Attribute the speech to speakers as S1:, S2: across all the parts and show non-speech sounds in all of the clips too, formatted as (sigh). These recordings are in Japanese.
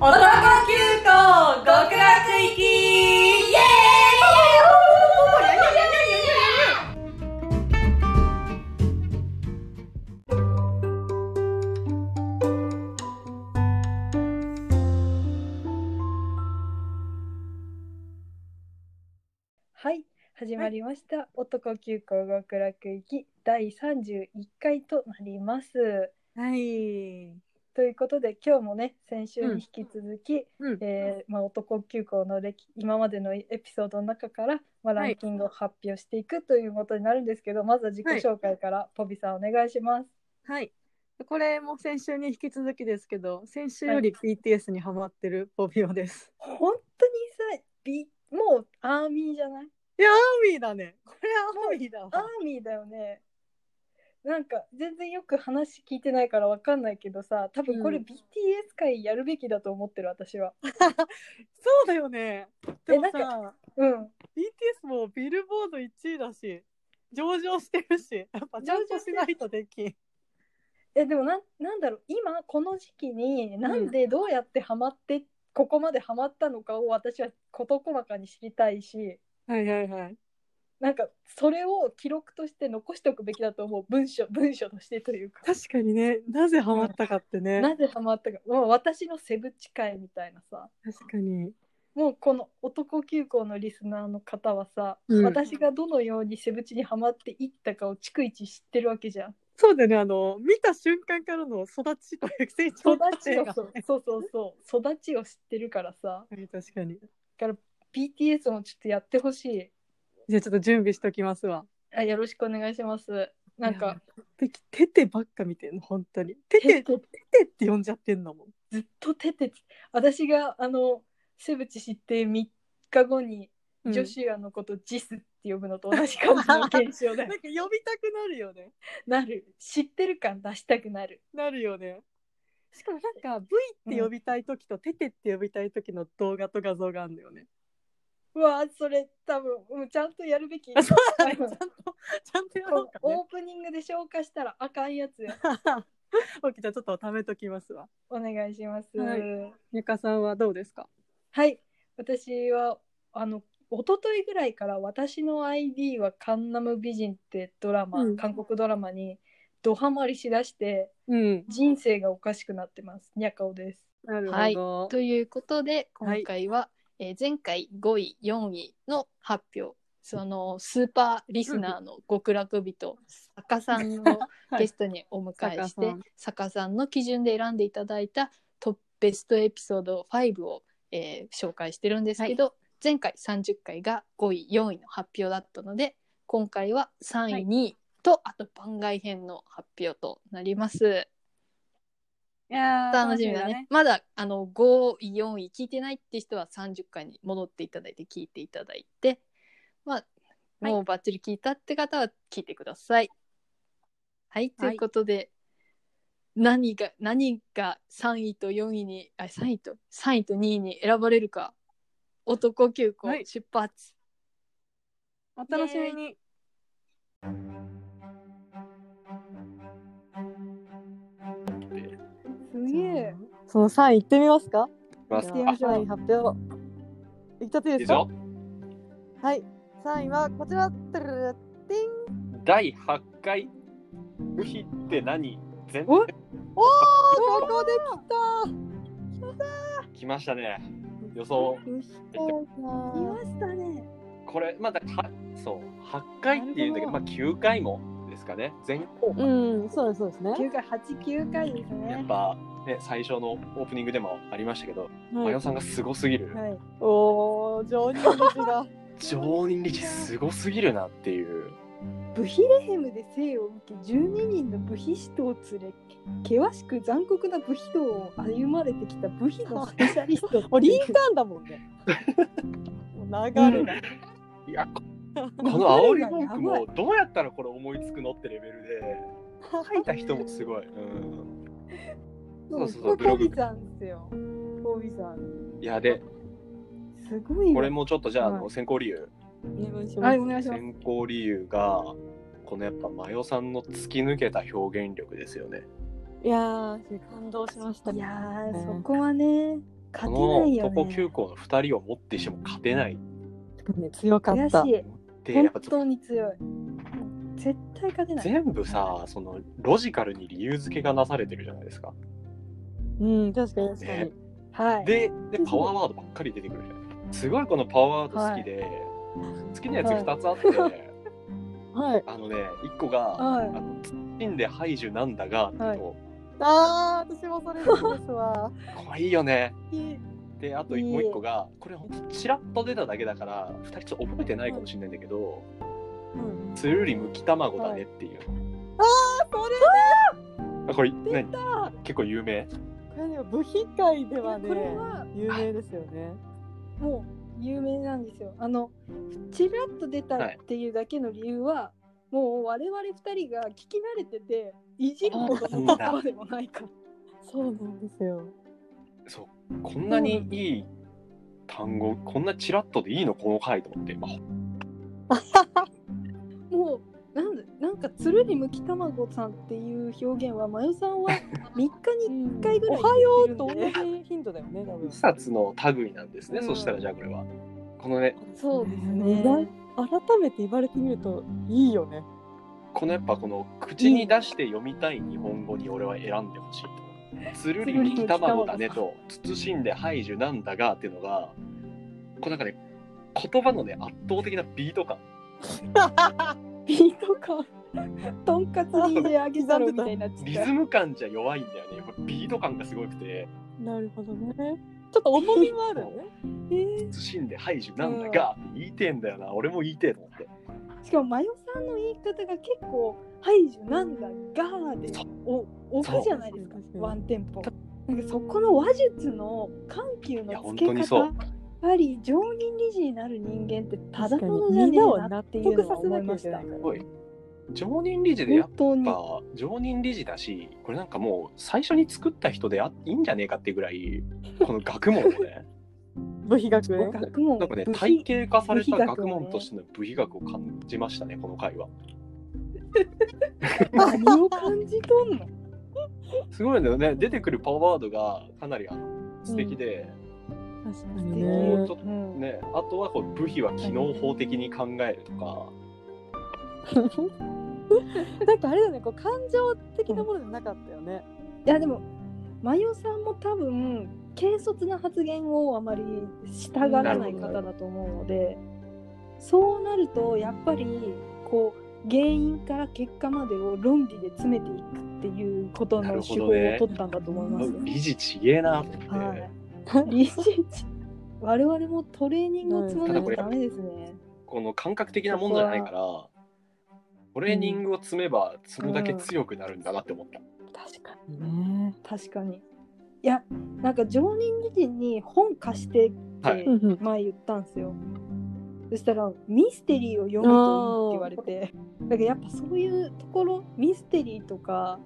S1: 男急行極楽行きイエーイ
S2: はい、始まりました。男急行極楽行き第31回となります。
S1: はい。
S2: ということで、今日もね、先週に引き続き、
S1: うん。
S2: えーまあ、男急行の歴今までのエピソードの中から、まあ、ラ
S1: はい
S2: ンキングを発表していくということになるんですけど、まずは自己紹介から、ポビさんお願いします。
S1: はい。これも先週に引き続きですけど、先週より BTS にハマってるポビオです。
S2: 本当にさ、びもうアーミーじゃない
S1: いや、アーミーだね。これアーミーだわ。
S2: アーミーだよね。なんか全然よく話聞いてないからわかんないけどさ多分これ
S1: うん
S2: BTS 会やるべきだと思ってる私は。
S1: そうだよね。
S2: え
S1: でも
S2: な
S1: さ、
S2: うん、
S1: BTS もビルボード1位だし、上場してるし、やっぱちゃんとしないとできん。
S2: えでもなんなんだろう今この時期になんでどうやってハマって、ここまでハマったのかを私は事細かに知りたいし
S1: はいはいはい。
S2: なんかそれを記録として残しておくべきだと思う文章文章としてというか。
S1: 確かにね、なぜハマったかってね。
S2: なぜハマったかもう私のセブチ会みたいなさ
S1: 確かに。
S2: もうこの男急行のリスナーの方はさ、
S1: うん
S2: 私がどのようにセブチにハマっていったかを逐一知ってるわけじゃん。
S1: そうだよね、あの、見た瞬間からの育ちという成長
S2: 育
S1: 過
S2: ち
S1: 程
S2: を
S1: が。
S2: そうそうそうそう育ちを知ってるからさ
S1: はい確かに。
S2: BTS もちょっとやってほしい
S1: じゃあちょっと準備しときますわ。
S2: あよろしくお願いしますなん
S1: い
S2: か
S1: や。てきテテばっか見てんの、本当に。テ
S2: テテ
S1: テ、テテって呼んじゃってんのもん。
S2: ずっとテテ私があのセブチ知って3日後に
S1: うん
S2: ジョシュアのことジスって呼ぶのと同じ感じの現象で
S1: な (laughs) んか呼びたくなるよね。
S2: なる知ってる感出したくなる
S1: なるよね。しかもなんか V って呼びたい時と、テテって呼びたい時の動画と画像があるんだよね。 (laughs)
S2: うわそれ多分うんちゃんとやるべき
S1: あそうだね
S2: (laughs)
S1: ちゃ
S2: うん
S1: んと、ちゃんとやろうか (laughs) ね
S2: オープニングで消化したらあかんや
S1: (laughs)
S2: つや。
S1: オッケーじゃあちょっと貯めときますわ。
S2: お願いします。は、
S1: はいゆかさんはどうですか
S2: 私はあの一昨日ぐらいから私の ID はカンナム美人ってドラマ、
S1: うん
S2: 韓国ドラマにドハマりしだして
S1: うん。
S2: 人生がおかしくなってます。にゃかおです。
S1: なる
S3: はい
S1: ほど。
S3: ということで
S1: はい
S3: 今回は、えー前回5位4位の発表そのスーパーリスナーの極楽人坂さんを
S1: (laughs) はい
S3: ゲストにお迎えし
S1: 坂さ
S3: て、
S1: ん
S3: 坂さんの基準で選んでいただいたトップベストエピソード5を、えー紹介してるんですけど、前回30回が5位4位の発表だったので今回は3位、
S1: はい
S3: 2位とあと番外編の発表となります。
S1: いやー
S3: 楽しみだね。まだあの5位4位聞いてないって人は30回に戻っていただいて聞いていただいてまあ
S1: はい
S3: もうバッチリ聞いたって方は聞いてください。は
S1: は
S3: い、
S1: い
S3: ということで、何が何が3位と4位にあ3位と3位と2位に選ばれるか男急行
S1: はい
S3: 出発、
S1: お楽しみに。
S2: すげえ。
S1: その3位行ってみますか。
S4: ま
S1: 行
S4: す
S1: ってみましょう。発表。行っちゃっていい
S4: い
S1: で
S4: い
S1: す
S4: ぞ
S1: か。はい。3位はこちら。てるるるてん
S4: 第8回部費って何全
S1: お
S4: 部
S1: おお、ここで来
S4: 来ましたね予想
S1: た。
S2: いましたね。
S4: これまだはそう8回っていうんだけどまあ9回もですかね前後半
S1: うん、そうです、そうですね。
S2: 9回8、9回です
S4: やっ
S2: ね。
S4: ぱね最初のオープニングでもありましたけど
S1: は
S4: マ
S1: い
S4: ヨさんがすごすぎる
S2: はい。
S1: おお、上人たちが。
S4: 常任力士すごすぎるなっていう
S2: ブヒレヘムで生を受け12人のブヒ使徒を連れ険しく残酷なブヒ道を歩まれてきたブヒのスペシャリス
S4: (laughs)
S2: ト
S1: もうリンカーンだもんね。もう流れが。
S4: いや
S1: (laughs)
S4: ここの煽り文句もどうやったらこれ思いつくのってレベルで書いた人もすごい、うん、そうそうそうブロ
S2: コ
S4: グ
S2: ビさんですよコビさん
S4: いやです
S2: ごい
S4: これ
S2: も
S4: もちょっとじゃああの
S2: はい
S4: 選考理由
S1: お願いし
S2: は
S1: ま
S2: い
S1: す
S2: お。願いします
S4: 選考理由がこのやっぱマヨさんの突き抜けた表現力ですよね。
S1: いやー、感動しました。
S2: い
S1: ね
S2: やーそこはね
S4: こ
S2: 勝てない
S4: の
S2: よ
S4: トコ急
S2: ね。
S4: 行の2人を持ってしても勝てないっ
S1: ね強か
S2: 悔
S1: っ。
S2: したい。
S4: てやっ
S2: 本
S4: ぱ
S2: 当に強い。絶対勝てない。
S4: 全部さそのロジカルに理由付けがなされてるじゃないですか。
S1: うん、確かに確かに。
S2: はい。
S4: ででパワーワードばっかり出てくるじゃん。すごいこのパワーワード好きで、好きなやつ2つあって、
S1: はい。
S4: あのね1個が「
S2: はい
S4: あのツッピンでハイジュなんだが」っていうのを
S1: ああ、私もそれ好きですわ。
S4: これいいよね。
S1: いい
S4: であともう一個がこれほんとちらっと出ただけだから2人ちょっと覚えてないかもしれないんだけど
S1: うん
S4: 「つるりむき卵だね」っていう、
S1: あ、それ
S4: あこれ何結構有名
S1: これね、部品界ではね
S2: これ、は
S1: 有名ですよね。
S2: もう有名なんですよ。あのちらっと出たっていうだけの理由は、もう我々二人が聞き慣れてていじることも言葉でもないから。
S1: そうなんですよ。
S4: そうこんなにいい単語こんなちらっとでいいのこの回と思って、まあ、
S2: もうなんだなんかつるりむき卵さんっていう表現はまよさん
S1: (laughs)
S2: は3日に1回ぐらい
S1: おはよ
S2: 言っ
S1: う
S2: て
S1: と
S2: る
S1: 同
S2: んで
S1: じヒントだよね、多分
S4: 2。冊の類なんですね、
S1: うん
S4: そしたらじゃあこれはこのね
S2: そうです
S1: 意
S2: ね
S1: 外。改めて言われてみるといいよね。
S4: このやっぱこの口に出して読みたい日本語に俺は選んでほしいと思う。つるりむき卵だねと慎んでハイジュなんだがっていうのがこうなんかね言葉のね圧倒的なビート感
S2: ピーとかとんかつにで揚げざるみたいなやつ
S4: リズム感じゃ弱いんだよねやっぱビート感がすごくて
S1: なるほどね。ちょっと重みもあ (laughs) るよね。
S2: えー
S4: 慎んでハイジュなんだがって言いてえんだよな俺も言いてえと思って
S2: しかもまよさんの言い方が結構「ハイジュなんだガー」で
S4: そう
S2: お置くじゃないですか
S1: そう
S2: ワンテンポなんかそこの話術の緩急
S4: いや
S2: の
S4: 本
S2: つけ
S4: 当
S2: 方
S4: に
S2: や
S4: そう
S2: っぱり常任理事になる人間ってただ
S1: 確かに
S2: ものじゃ
S1: みん
S2: ね
S1: なを
S2: えな
S1: 納
S2: っていう
S1: 得
S2: のは
S1: させ
S2: 思
S1: ないきゃ
S2: ま
S1: いけ
S2: し
S1: な
S2: た
S1: いから。
S4: おい常任理事でやっ
S2: 本当に
S4: ぱ常任理事だしこれなんかもう最初に作った人であいいんじゃねえかっていうぐらいこの学問をね
S1: 部費額ね。
S2: 学問
S4: なんかね
S2: 武器
S4: 体系化された
S2: 武器学
S4: 学
S2: をね
S4: 問としての部費学を感じましたねこの回は。
S2: 何を感じとんの
S4: すごいんだよね出てくるパワーワードがかなりあの素敵で、
S1: 確かに
S4: もう
S1: ね
S4: ちょ。っと
S2: うん
S4: ねあとはこう部費は機能法的に考えるとか、
S1: なんかあれだね、こう感情的なものじゃなかったよね。
S2: いやでもマヨさんも多分軽率な発言をあまりしたがらない方だと思うのでそうなるとやっぱりこう原因から結果までを論理で詰めていくっていうこと
S4: なる
S2: の
S4: ほ
S2: 手
S4: ど
S2: 法を
S4: ね
S2: 取ったんだと思います。
S4: 理事ちげえなと思って、
S2: はい、理事長我々もトレーニングを積まないとダメですね。
S4: この感覚的なもんじゃないからトレーニングを積めば積むだけ強くなるんだなって思った。
S2: 確かに
S1: ね。
S2: 確かに。いやなんか常任理事に本貸してって、
S4: はい
S2: 前言ったんですよそしたらミステリーを読むといいって言われてだからやっぱそういうところミステリーとか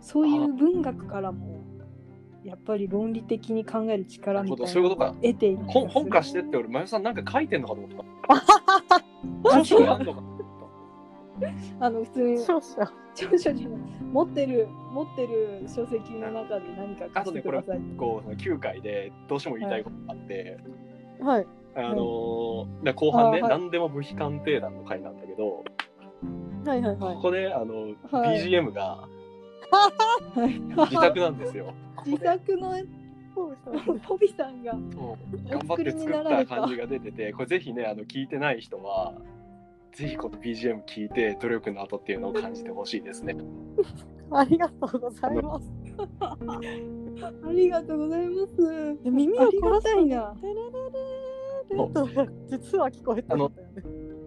S2: そういう文学からもやっぱり論理的に考える力
S4: なる
S2: み
S4: ほ
S2: た
S4: ど
S2: い
S4: そう
S2: な
S4: い
S2: のを
S4: うことか
S2: 得ている気がする
S4: 本本化してって俺真由さんなんか書いてんのかと思った。著書やんのか
S2: あの普通に
S1: 勝者。
S2: 長所に持ってる持ってる書籍の中で何か
S4: あ
S2: 書
S4: と
S2: い
S4: ね
S2: て
S4: こ
S2: く
S4: れ
S2: ださい
S4: こうその9回でどうしても言いたいことがあって、
S1: はい。
S4: あのーで後半ね、
S2: あはい
S4: 何でも武器鑑定団の回なんだけど、
S1: はいはいはい
S4: こ。こであの、
S2: はい
S4: BGM が
S2: はい
S4: 自宅なんです
S2: (laughs)
S4: よ。
S2: 自作のポビさんが
S4: 頑張って作った感じが出てて、これぜひねあの聞いてない人は。ぜひこの BGM 聞いて努力の後っていうのを感じてほしいですね。
S1: ありがとうございます。
S2: ありがとうございます
S1: (laughs) 耳を
S2: あ
S1: 凝
S2: り
S1: ら
S2: が
S1: す
S2: たいな
S1: テレレレレと実は聞こえたんだよね。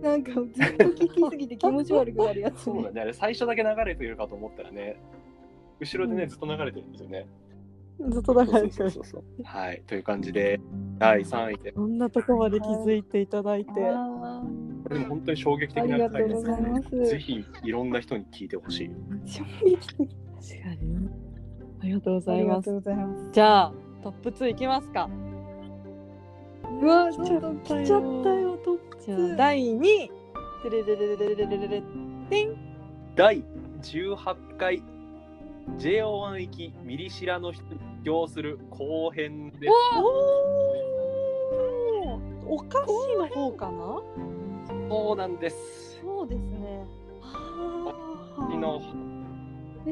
S2: なんかずっと聞きすぎて気持ち悪くなるやつ
S4: そうだね、あれ最初だけ流れてるかと思ったらね、後ろでね、ずっと流れてるんですよね。
S1: ずっとだから
S4: そうそうそうそう。はい、という感じで、第3位で、
S1: こんなとこまで気づいていただいて。
S2: あ
S4: これでも本当に衝撃的な回で
S2: ありがと
S4: す
S2: うございます
S4: ぜひいろんな人に聞いてほしい。
S2: ー衝撃的
S1: 確かに。ありがとうご
S2: あ
S1: ざい
S2: りがと
S1: ます
S2: う。ございます
S1: じゃあトップ2いきますか。
S2: うわちょっと来ちゃったよトッ
S1: じゃ
S2: プ
S1: あ第2位。てれれれれれれれれれてん。
S4: 第18回 JO1 行きミリシラの人に狂する後編で
S2: おおお菓子の方かな
S4: そうなんです。
S2: そうですね。は
S4: 昨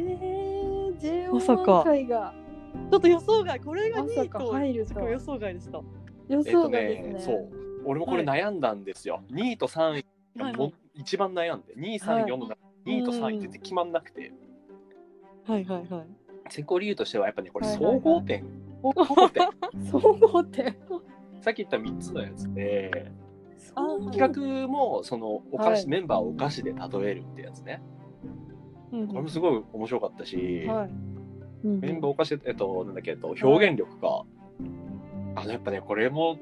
S4: 日
S2: えー、
S1: まさ
S2: JO1
S1: か
S2: 回が
S5: ちょっと予想外、これが
S2: まさ
S5: 2位
S2: か
S5: と
S2: 入る
S5: し
S2: と
S5: かも予想外でした。
S2: 予
S4: えっと
S2: 想外です
S4: ね
S2: ね。、
S4: そう。俺もこれ悩んだんですよ。2位と3位
S5: は
S4: が
S5: い
S4: も
S5: は
S4: う一番悩んで、2位、3位、4の中、2位と3位って決まんなくて、
S1: はいはいはい。
S4: 選考理由としてはやっぱね、これ
S2: はいはいはい
S4: 総合点、総合点、
S2: 総合点。
S4: さっき言った3つのやつで、
S2: あ
S4: 企画もそのお菓
S2: は
S4: 子、
S2: い
S4: メンバーをお菓子で例えるってやつね。これもすごい面白かったし、
S2: はい。
S1: うん
S4: メンバーお菓子、えっと、なんだっけ、えっと、表現力か。あの、やっぱね、これも、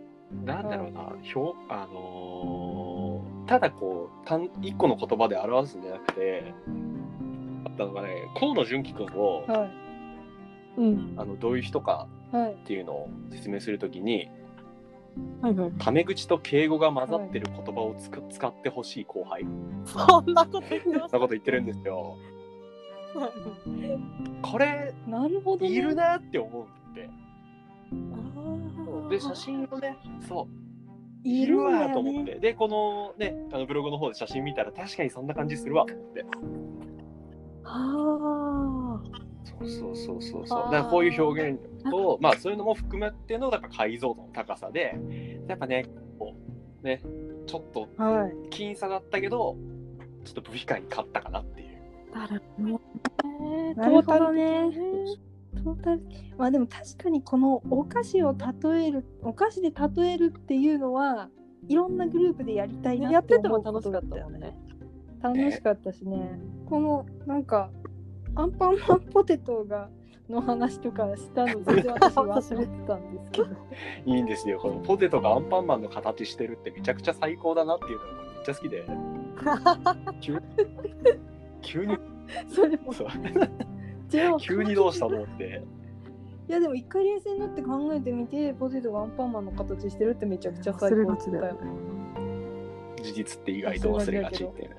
S4: なんだろうな、表、あのーただこう、単一個の言葉で表すんじゃなくて、あったのがね、河野純喜君を、
S2: は
S1: うん。
S4: あの、どういう人か
S2: い。はい。
S4: っていうのを説明するときに、
S1: はいはい。
S4: タメ口と敬語が混ざってる言葉をつく、使ってほしい後輩、
S5: そんなこと言ってま
S4: そ
S5: し
S4: んなこと言ってるんですよ。これ、
S2: なるほど、ね。
S4: いるなって思うんで。
S2: あ
S4: で、
S2: ー
S4: 写真をね、そう。い
S2: い
S4: る
S2: るわよね
S4: わと思って、でこのねあのブログの方で写真見たら確かにそんな感じするわと思って
S2: あ
S4: そうそうそうそうそう
S2: あー
S4: だからこういう表現力とまあそういうのも含めてのやっぱ解像度の高さでやっぱねこうねちょっと
S2: あ。はい。
S4: 僅差だったけどちょっと部機会に勝ったかなっていう
S2: なるほどね。トータルまあでも確かにこのお菓子を例えるお菓子で例えるっていうのはいろんなグループでやりたい
S5: た。
S2: な
S5: やってて
S2: 思
S5: て
S2: う
S5: も
S2: こ
S5: 楽
S2: と
S5: し
S2: だ
S5: か
S2: っ
S5: ったた
S2: よ
S5: もんね。
S2: 楽しかったしね。このなんかアンパンマンポテトがの話とかしたの全然私忘れてたんですけど。
S4: いいんですよこのポテトがアンパンマンの形してるってめちゃくちゃ最高だなっていうのがめっちゃ好きで急急に
S2: それも
S4: そう
S2: (laughs) JO
S4: (laughs) 急にどうしたのって
S2: いやでも一回冷静になって考えてみてポテトがアンパンマンの形してるってめちゃくちゃ最高
S1: 忘れがちだよ
S2: ね。
S4: 事実って意外と忘れがちっていうね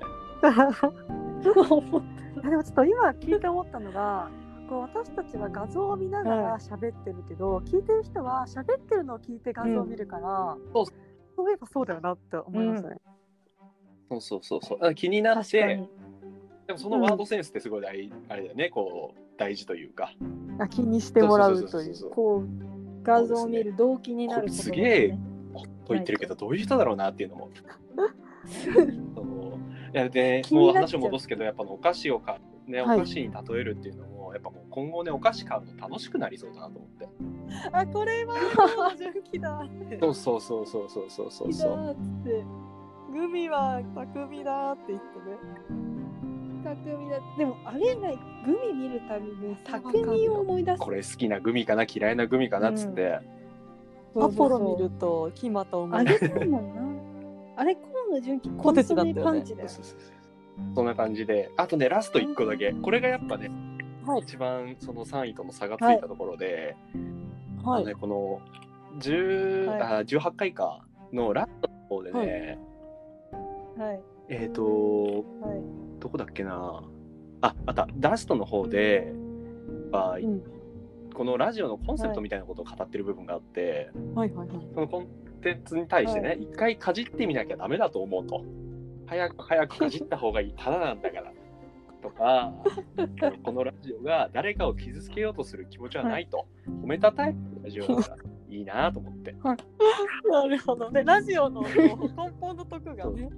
S2: (laughs)
S5: いやでもちょっと今聞いて思ったのがこう私たちは画像を見ながら喋ってるけど、聞いてる人は喋ってるのを聞いて画像を見るから、
S4: そう
S5: そういえばそうだよなって思いましたね。
S4: そうそうそうそうだから気になっ
S2: 確か
S4: て
S2: に。
S4: でもそのワードセンスってすごい大、あれだよねこう大事というか
S1: あ気にしてもらうと
S4: そ
S1: い。
S4: そうそそ
S2: こう画像を見る動機になること
S4: これほっと言ってるけどどういう人だろうなっていうのも
S2: (laughs)
S4: そのいやで
S2: 気
S4: もう
S2: になっ
S4: 話
S2: ちゃう
S4: を戻すけどやっぱあのお菓子を買うねお
S1: はい
S4: 菓子に例えるっていうのも、やっぱもう今後ねお菓子買うの楽しくなりそうだなと思って
S5: あこれはもう純喜だって
S4: そうそうそうそうそうそうそうそう
S2: だーっつって
S5: グミは匠だって言ってね。
S2: 匠だでもあれないグミ見るたびに
S5: 匠
S2: 匠を思い出す
S4: これ好きなグミかな嫌いなグミかなっつって、
S2: そう
S1: ア
S2: そうそう
S1: ポロ見ると、木また思
S2: あ
S1: い
S2: げたいもん
S4: (laughs)
S2: なあれ河野純喜コンソメパンチだ
S4: そ
S2: よ
S4: うそうそうそうそんな感じであとねラスト1個だけこれがやっぱね、
S1: はい
S4: 一番その3位との差がついたところで、
S1: は
S4: あのね、この10、
S2: はい
S4: あ18回かのラストの方でね、
S1: は
S2: はい
S4: えっ、と
S2: はい
S4: どこだっけなああったラストの方で、あ
S1: い。うん。
S4: このラジオのコンセプトみたいなことを語ってる部分があって、
S1: はいはいはい。
S4: そのコンテンツに対してね、
S2: は
S4: 一回かじってみなきゃダメだと思うと早く早くかじった方がいいただなんだからと
S1: (laughs)
S4: かこのラジオが誰かを傷つけようとする気持ちはないと、褒めたたえるラジオだからいいなと思って
S5: なるほどねラジオの根本のとこがね。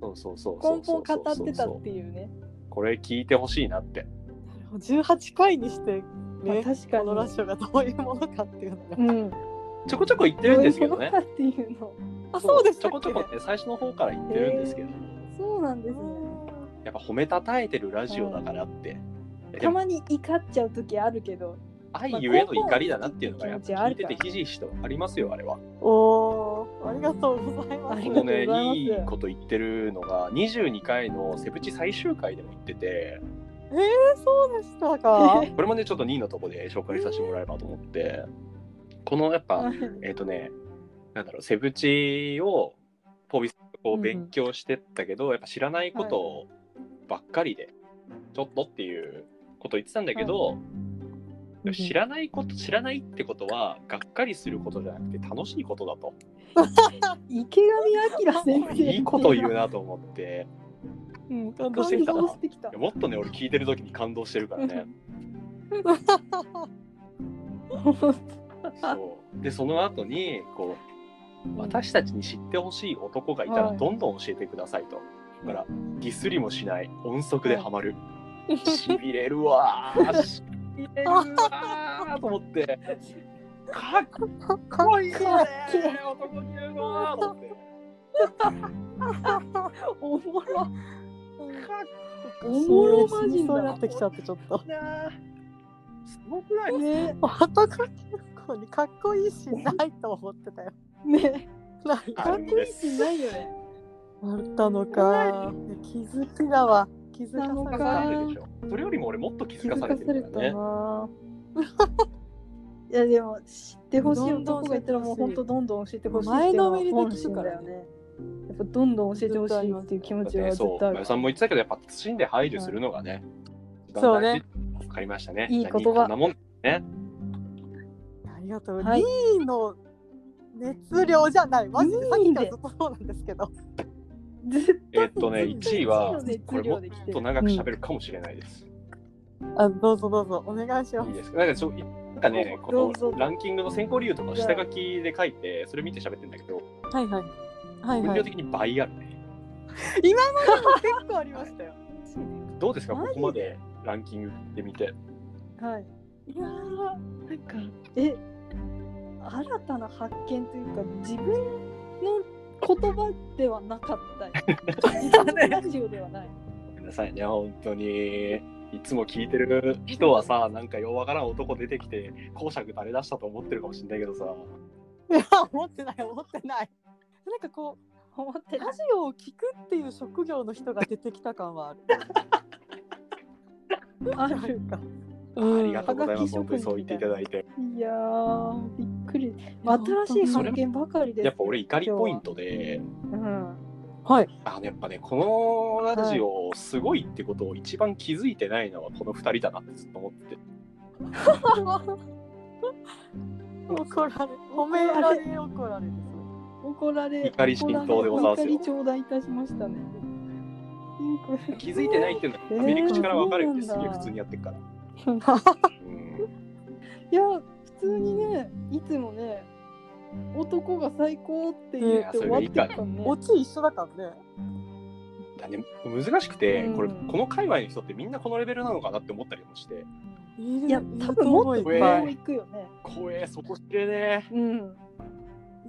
S4: そうそうそうそう
S2: 根
S4: そ
S2: 本
S4: うそう
S2: 語ってたっていうね
S4: これ聞いてほしいなって
S5: 18回にして、
S2: まあ
S5: ね
S2: 確
S5: こ
S2: かに
S5: のラジオがどういうものかっていうのが、
S2: うん
S4: ちょこちょこ言ってるんですけどね
S2: どういうものかっていうの
S5: あそうでし
S4: ち
S5: た
S4: ょ
S5: っ
S4: こ
S5: け
S4: ちょこって最初の方から言ってるんですけど、
S2: そうなんですね
S4: やっぱ褒めたたえてるラジオだからって、で
S2: た
S4: も
S2: まに怒っちゃう時あるけど
S4: 愛ゆえの怒りだなっていうのがやっぱ聞いててひじひじとありますよあれは。
S5: おーありがとうございま
S2: あ
S5: す
S2: り
S4: こ
S2: がとうござ
S4: のね
S2: います
S4: いいこと言ってるのが22回のセブチ最終回でも言ってて
S5: えー、そうでしたか。
S4: これもねちょっと2位のとこで紹介させてもらえばと思ってこのやっぱ
S2: はい
S4: えっ、とねなんだろうセブチをポビスこ
S1: うんう
S4: うん勉強してったけど、やっぱ知らないことばっかりでちょっとっていうこと言ってたんだけど、
S2: うん
S4: 知らないこと知らないってことはがっかりすることじゃなくて楽しいことだと
S2: 池上彰先生。
S4: (laughs) いいこと言うなと思って
S2: うん。感
S4: 感動
S2: 動
S4: し
S2: して
S4: きたない
S2: てきた
S4: いや。もっとね俺聞いてる時に感動してるからねそうでその後にこう私たちに知ってほしい男がいたら
S2: はい
S4: どんどん教えてくださいと、だからディスりもしない音速で
S2: (laughs)
S4: ハマる、しびれるわーしびれるわーと思ってかっこいいね
S2: かっけえ
S4: ー男に言うわーと思って
S2: おもろ。
S4: かっ
S2: おもろマジ
S1: 死に
S2: ン
S1: そうにな
S2: だ
S1: っ。てきちゃってちょっと
S4: こいいなーすごくない
S2: ね。
S1: 男の子にかっこいいしないと思ってたよ
S2: ね。
S1: ない
S4: あ
S2: か
S4: る
S2: っ
S4: ん
S2: こ
S4: で
S2: いい
S4: す
S2: しないよね。
S1: あったのか気づきだわ気づ
S2: なの
S1: か
S2: か
S1: された
S4: 気づかされるでしょそれよりも俺もっと気づかされてる
S2: 気
S4: か
S2: づかさ
S4: ら
S2: れ
S4: ね
S1: ない
S2: やでも知ってほしい
S1: どんどん
S2: 男がいたらもう本当どんどん教えてほしい。
S1: 前のめりで聞くから
S2: よね。やっぱどんどん教えてほしいっていう気持ちは
S4: ね
S2: 絶
S4: そう、
S2: 対あ
S4: まゆ
S2: る。
S4: さんも言ってたけど、やっぱ慎んで排除するのがね、
S1: そうね
S4: わかりましたね。
S2: いい言葉
S4: 何こんなもん
S1: ありがとう。
S2: はい
S1: D の熱量じゃない。マジでさっきからずっとそうなんですけど。
S2: 絶対
S4: えっとね、
S2: 絶対
S4: 1位は
S2: 一の熱、
S4: これも
S2: 量
S4: っ
S2: で来て
S4: と
S2: る
S4: 長く喋るかもしれないです。
S1: あどうぞどうぞお願いしま
S4: い
S1: す。
S4: いですかなんかそういなんかね、こ
S2: どうぞ
S4: のランキングの選考理由とか下書きで書いて、それ見て喋ってんだけど、
S1: はいはい。はい
S4: 分
S1: は
S4: 量
S1: い。
S4: 的に倍あるね。
S1: 今までも結構ありましたよ。
S4: どうですか、
S2: マ
S4: こ
S2: ジ
S4: こまでランキングで見て。
S2: はい。
S1: いやーなんか
S2: え新たな発見というか自分の言葉ではなかった
S1: (laughs)
S2: よ自分のラジオではない
S4: ごめんなさいね、本当に。いつも聞いてる人はさ、なんかようわからん男出てきて、公爵垂れ出したと思ってるかもしれないけどさ。
S1: いや思ってない思ってない。なんかこう
S2: 思って
S1: ラ
S2: ない
S1: ジオを聞くっていう職業の人が出てきた感 (laughs) はある。
S2: ある
S1: か。
S4: ありがとうござ
S2: はが
S4: います。本当
S2: き職人
S4: にそう言っていただいて。
S2: いやーびっくり新しい発見ばかりです
S4: やっぱ俺怒りポイントで、
S2: 今日は
S1: はい。
S4: あのやっぱね、このラジオすごいってことを一番気づいてないのはこの二人だなってずっと思ってて。
S1: 怒られ褒められ怒られです。
S2: うん、怒られ
S4: 怒り浸透でございますよ
S2: 怒り頂戴いたしましたね
S4: 気づいてないっていうのは
S2: えー
S4: アメリカから分かるんです
S2: そう
S4: げ
S2: な
S4: え
S2: んだ
S4: 普通にやってるから。うん
S2: いや普通にねいつもね男が最高って言って終わってたね
S1: (laughs) オチ一緒だからね。
S4: だね、難しくて、
S2: うん
S4: これこの界隈の人ってみんなこのレベルなのかなって思ったりもして
S1: い
S2: いや多分もっと
S1: い
S2: こ
S1: る
S2: れ
S1: いると思
S2: も
S1: ういっ
S2: 行くよね
S4: 怖えそこ知れね
S2: うん
S1: ぱ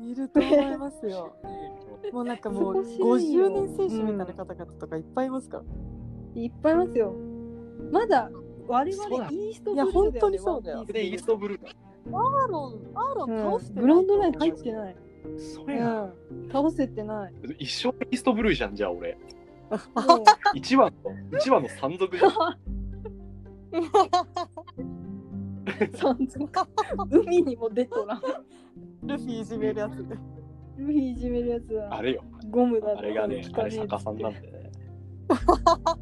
S1: いいると思います (laughs) よ。
S4: え
S1: もうなんかもう
S2: そこ知るよ
S1: 50年選手みたいな方々とかいっぱいいますから。
S2: いっぱいいますよ。まだ我
S4: そうだ
S2: 々イースト
S1: いや
S2: ブルーだよね
S1: 本当にそうだよ
S2: ワンピ
S4: でイー
S2: ー
S4: ス
S2: ス
S4: トブルーだ
S1: アーロン、アーロン倒して
S2: うんグラウンドライン
S1: 入
S2: 入
S1: っ
S2: ってない。
S4: そうれや、
S2: ん、倒せて
S4: (laughs)
S2: ない。
S4: 一生イーストブルーじゃんじゃあ俺
S2: も
S4: 一番の一番の山賊じゃん
S2: うさんつか海にも出とらん。
S1: ルフィいじめるやつで。
S2: ルフィいじめるやつ
S4: あ
S2: は (laughs)
S4: れよ
S2: ゴムだ
S4: あれがね、あれ逆さんなんでね。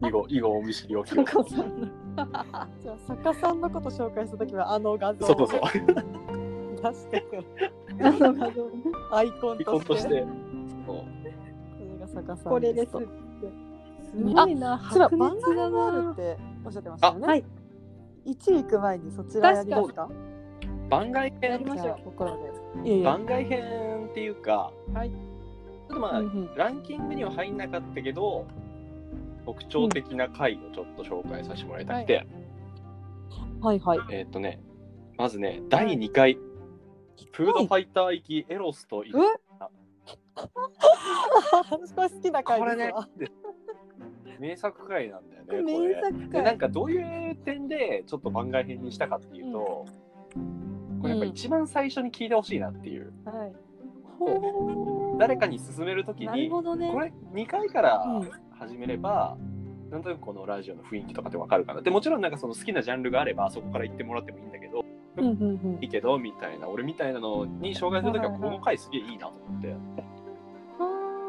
S4: 以後、以後お見知りおきを。
S2: 逆さ (laughs) んなん
S1: じゃあ、作家さんのこと紹介したときは、あの画像
S4: そ
S1: を
S4: うそう。
S1: 出してくる。
S2: あの画像ね
S1: アイコン
S4: 離婚と
S1: と
S4: し
S1: して。
S4: て。そう
S1: これが作家さん
S2: これですって。すごいな、
S1: そちら、
S2: 白
S1: 番
S2: 熱
S1: 組
S2: だ
S1: がある
S2: な
S1: っ。ておっしゃってましたよね。
S2: あはい。
S1: 1行く前にそちらやりますか
S4: 番外
S2: やり
S4: 編、
S2: まし
S1: じゃあ
S2: ょ
S1: ここからで。いえいえ
S4: 番外編っていうか、
S2: はい
S4: ちょっとま
S1: う
S4: あ
S1: ん、うん
S4: ランキングには入んなかったけど、特徴的な回をちょっと紹介させてもらいたくて、
S1: はいはい。
S4: えーっとね、まずね、第2回、フード
S1: (laughs)
S4: ファイター行き、エロスと行
S2: う
S4: く。
S1: 私これ好きな
S4: こ
S1: 回
S4: れ
S1: です
S4: ね
S1: わ。、
S4: 名作回なんだよね、これ。
S2: 名作
S4: でなん
S2: 会。
S4: かどういう点でちょっと番外編にしたかっていうと、これやっぱ一番最初に聞いてほしいなっていう、
S2: はい。ほー
S4: 誰かに勧める時
S2: な
S4: に
S2: る
S4: こ
S2: ほどね。
S4: れ2回から
S1: うん
S4: 始めれば、なんとなくこのラジオの雰囲気とかってわかるかなでもちろんなんかその好きなジャンルがあればそこから行ってもらってもいいんだけど
S1: うんうん
S4: いいけどみたいな俺みたいなのに紹介する時はこの回すげえいいなと思って、
S1: う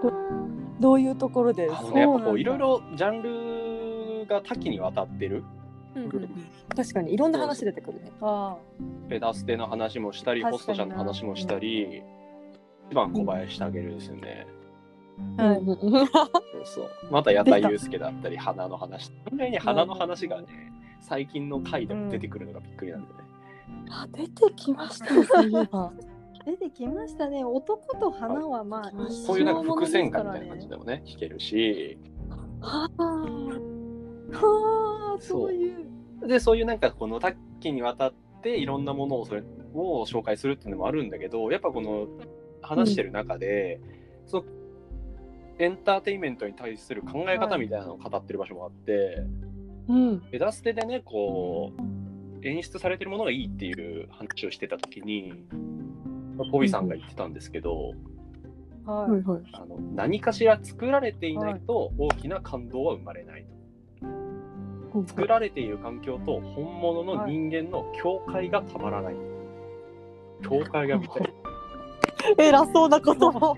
S1: ん。どういうところで
S4: あの
S1: す
S4: ねや
S2: そ
S4: っぱ
S2: うなん
S4: こう
S2: だ
S4: いろいろジャンルが多岐にわたってる
S2: う
S6: うんうんうん
S1: 確かにいろんな話出てくるね。
S2: あ
S4: ペダステの話もしたり、
S2: 確かにな
S4: ホストちゃんの話もしたり、一番小林たけるですよね。
S2: あ、はい、
S4: そうそう。また矢田祐介だったり、花の話。意外に花の話がね、最近の回でも出てくるのがびっくりなんでね。
S1: あ出てきましたねそういえば
S2: 出てきましたね男と花はまあ
S1: はい
S4: こういうなんか伏線
S2: か
S4: 歌みたいな感じでもね、弾けるし。
S1: あー
S2: はあそういう
S4: で、そういうなんかこの多岐にわたっていろんなものをそれを紹介するっていうのもあるんだけど、やっぱこの話してる中で、そのエンターテインメントに対する考え方みたいなのを語ってる場所もあって、
S1: (laughs) うん
S4: 目指してでねこう演出されてるものがいいっていう話をしてた時にまあポビさんが言ってたんですけど、
S2: はい、
S1: はいはい
S4: あの何かしら作られていないと大きな感動は生まれないと、作られている環境と本物の人間の境界がたまらない、境界が見たい
S1: (laughs) 偉そうなことも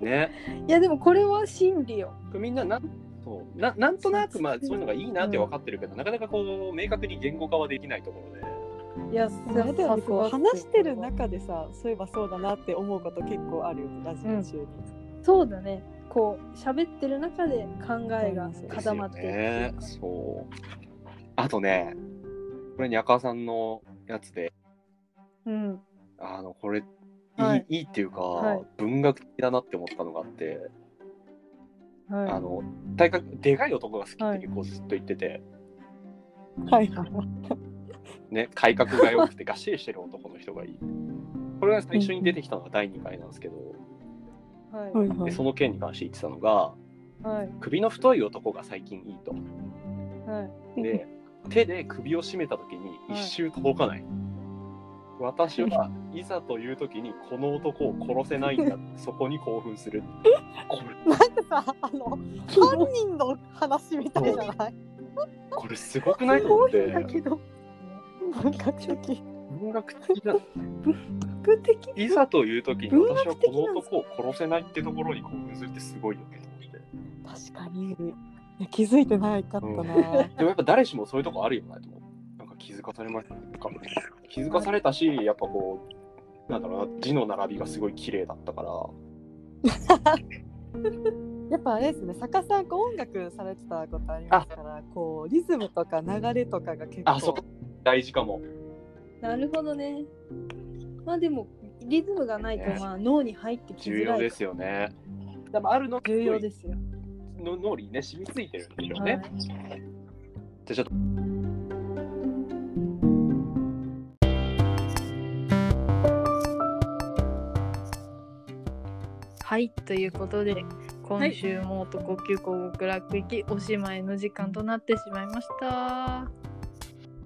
S4: ね
S2: いやでもこれは真理よ
S4: みんななんそうななんとなくまあそういうのがいいなって分かってるけど、なかなかこう明確に言語化はできないところで。
S2: いや
S1: あれだよねこう話してる
S2: な
S1: 中でさそういえばそうだなって思うこと結構あるよねラジオ中に、
S2: そうだねこう喋ってる中で考えが固まっていく
S4: ね、そうあとねこれに赤さんのやつで
S2: うん
S4: あのこれいい,、
S2: はい
S4: い、いっていうか、
S2: はい
S4: 文学的だなって思ったのがあって、
S2: はい
S4: あの体格でかい男が好きって結構ずっと言ってて、
S1: はいはい
S4: ね、体格が良くてがっしりしてる男の人がい
S2: (laughs)
S4: いこれが最初に出てきたのが第2回なんですけど、
S2: はい
S1: はいは
S4: で
S1: い
S4: その件に関して言ってたのが
S2: はい
S4: 首の太い男が最近いいと
S2: はい
S4: で手で首を絞めた時に一周届かない、私はいざという時にこの男を殺せ
S2: (laughs)
S4: ないんだそこに興奮するこれ
S1: なんかさ (laughs) あの犯人の話みたいじゃない
S4: これすごくないと思って
S2: (laughs)
S1: だけど文学的
S4: 文学的だ
S2: 具的
S4: いざという時に
S2: 文
S4: 私
S2: 学
S4: はこ
S2: 的
S4: の
S2: なんですか
S4: 男を殺せないってところに興奮するってすごいよねと思って
S1: 確かにいや気づいてないかったな、
S4: でもやっぱ誰しもそういうとこあるよねと思うなんか気づかされましたなんか気づかされたしやっぱこうなんだろうな字の並びがすごい綺麗だったから
S1: やっぱあれですね坂さんこう音楽されてたことありますからこうリズムとか流れとかが結構
S4: あそこ大事かも
S2: なるほどねまあでもリズムがないと
S4: ね
S2: まあ脳に入ってき
S4: 重
S2: づ
S4: 要
S2: ら
S4: で
S2: い
S4: すよね。でもあるの
S2: 重要ですよ
S4: の脳裏にね染み付いてるんでしょう
S2: は
S4: ね。
S2: い
S4: じゃあちょっと
S3: はい、ということで今週も男急行極楽行きおしまいの時間となってしまいました。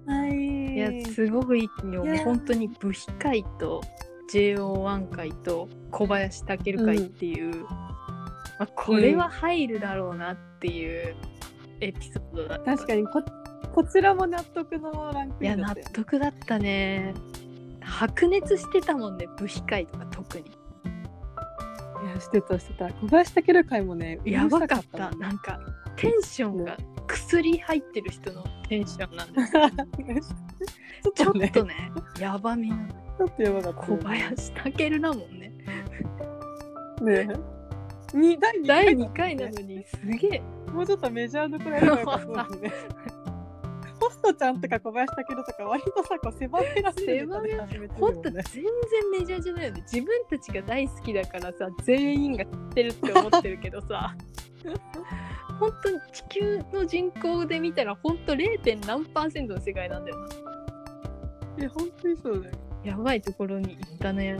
S1: はい
S3: いやすごいよ
S1: いや
S3: 本当に部費会と JO1 会と小林武会っていう、まあ、これは入るだろうなっていうエピソードだった、
S1: 確かにここちらも納得のランク
S3: い
S1: イ
S3: や
S1: ンだ
S3: 納
S1: ったよね
S3: 得だったね白熱してたもんね部費会とか特に
S1: いやしてたしてた小林武会もね
S3: やばかっ
S1: うるさ
S3: たなんかテンションが薬入ってる人のテンションなんです
S1: ち (laughs)
S3: ち
S1: ょ
S3: ょ
S1: っとね
S3: っとねやばみなの
S1: ちょっとやばかった
S3: 小
S1: よね
S3: 林武だもんね
S1: ねに第2
S3: 第
S1: 回
S3: 2回なのにすげえ
S1: もうちょっとメジャーのくらいのがよかったね (laughs) ホストちゃんとか小林武とか割とさこう狭めらせるネタで始めてるよ
S3: ほ
S1: ね
S3: んと全然メジャーじゃないよね自分たちが大好きだからさ全員が知ってるって思ってるけど (laughs) さ本当に地球の人口で見たら本当 0. 点何パーセントの世界なんだよない
S1: や本当にそうだよ
S3: やばいところに行ったね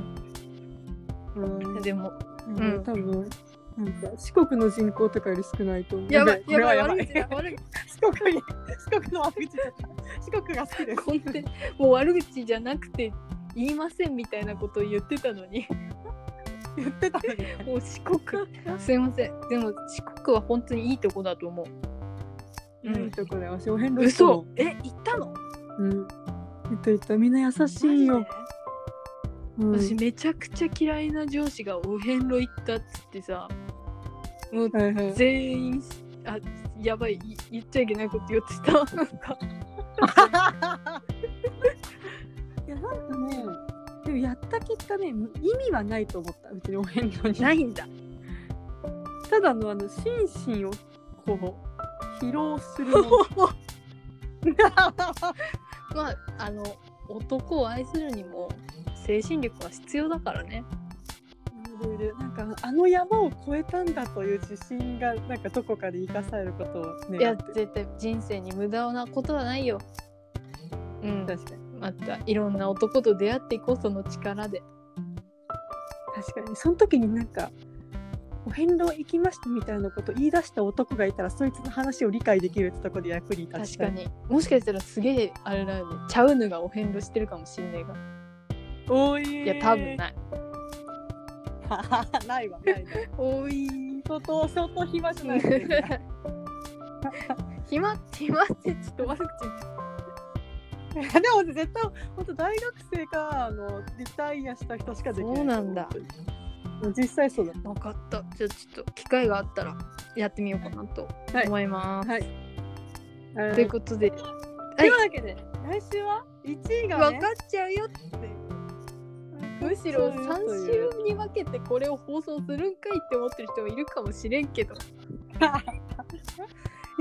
S1: うん
S3: でも
S1: うん、多分なんか四国の人口とかより少ないと思う。
S3: やばい
S1: こ
S3: や
S1: れ
S3: ば
S1: はいやば
S3: 悪
S1: い。
S3: 口だ
S1: 四
S3: 悪口
S1: 国に四国の悪口だった。四国が好きです。
S3: コンテンもう悪口じゃなくて言いませんみたいなことを言ってたの (laughs) に
S1: 言ってたのに。 (laughs)
S3: もう四国すいませんでも四国は本当にいいとこだと思う、う
S1: いい
S3: ん、
S1: とこだよ。周辺路地
S3: 嘘
S1: も。
S3: え行ったの
S1: うん。言った言った。みんな優しいよ
S3: マジ。で
S1: うん
S3: 私めちゃくちゃ嫌いな上司がお遍路行ったっつってさもう
S1: はいはい。
S3: 全員あやばいい言っちゃいけないこと言おうとしたなんか
S5: いやなんかね
S1: でもやった結果ね意味はないと思ったうちのお遍路に
S3: (laughs) ないんだ
S1: ただのあの心身をこう疲労するも
S3: (laughs)
S1: の
S3: まああの男を愛するにも精神力は必要だからね
S1: いろいろなんかあの山を越えたんだという自信がなんかどこかで生かされることを
S3: い
S1: 願
S3: や
S1: って
S3: 絶対人生に無駄なことはないようん
S1: 確かに
S3: またいろんな男と出会っていこうその力で
S1: 確かにその時になんかお遍路行きましたみたいなことを言い出した男がいたらそいつの話を理解できるってとこで役に立
S3: 確
S1: ち
S3: か
S1: たい
S3: にもしかしたらすげえあれだよねちゃうぬがお遍路してるかもしんねえが
S1: おい
S3: いや多分ない
S1: (laughs) ないわないない
S3: 多い
S1: 相当相当暇じゃないとできない
S3: (laughs) 暇暇ってちょっと悪口言っ
S1: でも絶対本当大学生かあのリタイアした人しかできない
S3: そうなんだ
S1: 実際そうだ
S3: 分かったじゃあちょっと機会があったらやってみようかなと
S1: はい
S3: 思います、
S1: はい
S3: ということで、
S1: というわけで、来週は1位が、
S3: 分
S1: ね、
S3: かっちゃうよってむしろ3週に分けてこれを放送するんかいって思ってる人もいるかもしれんけど
S1: い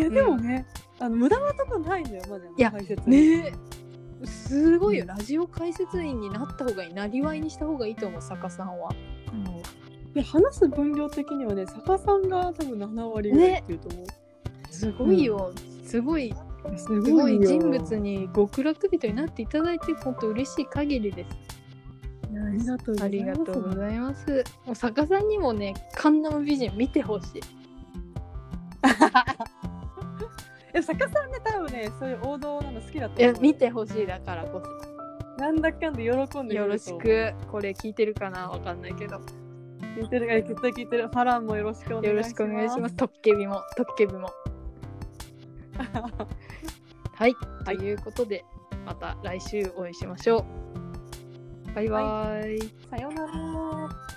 S1: やでもね、あの無駄なとこないんだよマジで
S3: いや
S1: 解説
S3: ねえすごいよラジオ解説員になった方がいいなりわいにした方がいいと思う坂さんは
S1: で話す分量的にはね坂さんが多分7割ぐらいっていうと思う、
S3: すごいよ、すごい
S1: す
S3: すごい
S1: よ
S3: 人物に極楽人になっていただいて本当嬉しい限りです
S1: ありがとうござ
S3: あ
S1: い
S3: りが
S1: ます
S3: とうございます。もう坂さんにもね、カンナム美人見てほしい。
S1: え坂さんね多分ねそういう王道なの好きだと
S3: い
S1: 思
S3: や、
S1: う
S3: 見てほしいだからこ
S1: なんだかんだ喜ん
S3: そ。
S1: でく
S3: よ
S1: れ
S3: ろ
S1: る
S3: し
S1: と思う
S3: く、これ聞いてるかな、わかんないけど。よ
S1: 聞いてるから絶対聞いてるファランもよろしくお願いし
S3: ろ
S1: ます
S3: しくお願いしますす。トッケビも、トッケビも。はい、
S1: はい
S3: ということで、また来週お会いしましょう。バイバイ。
S1: さようなら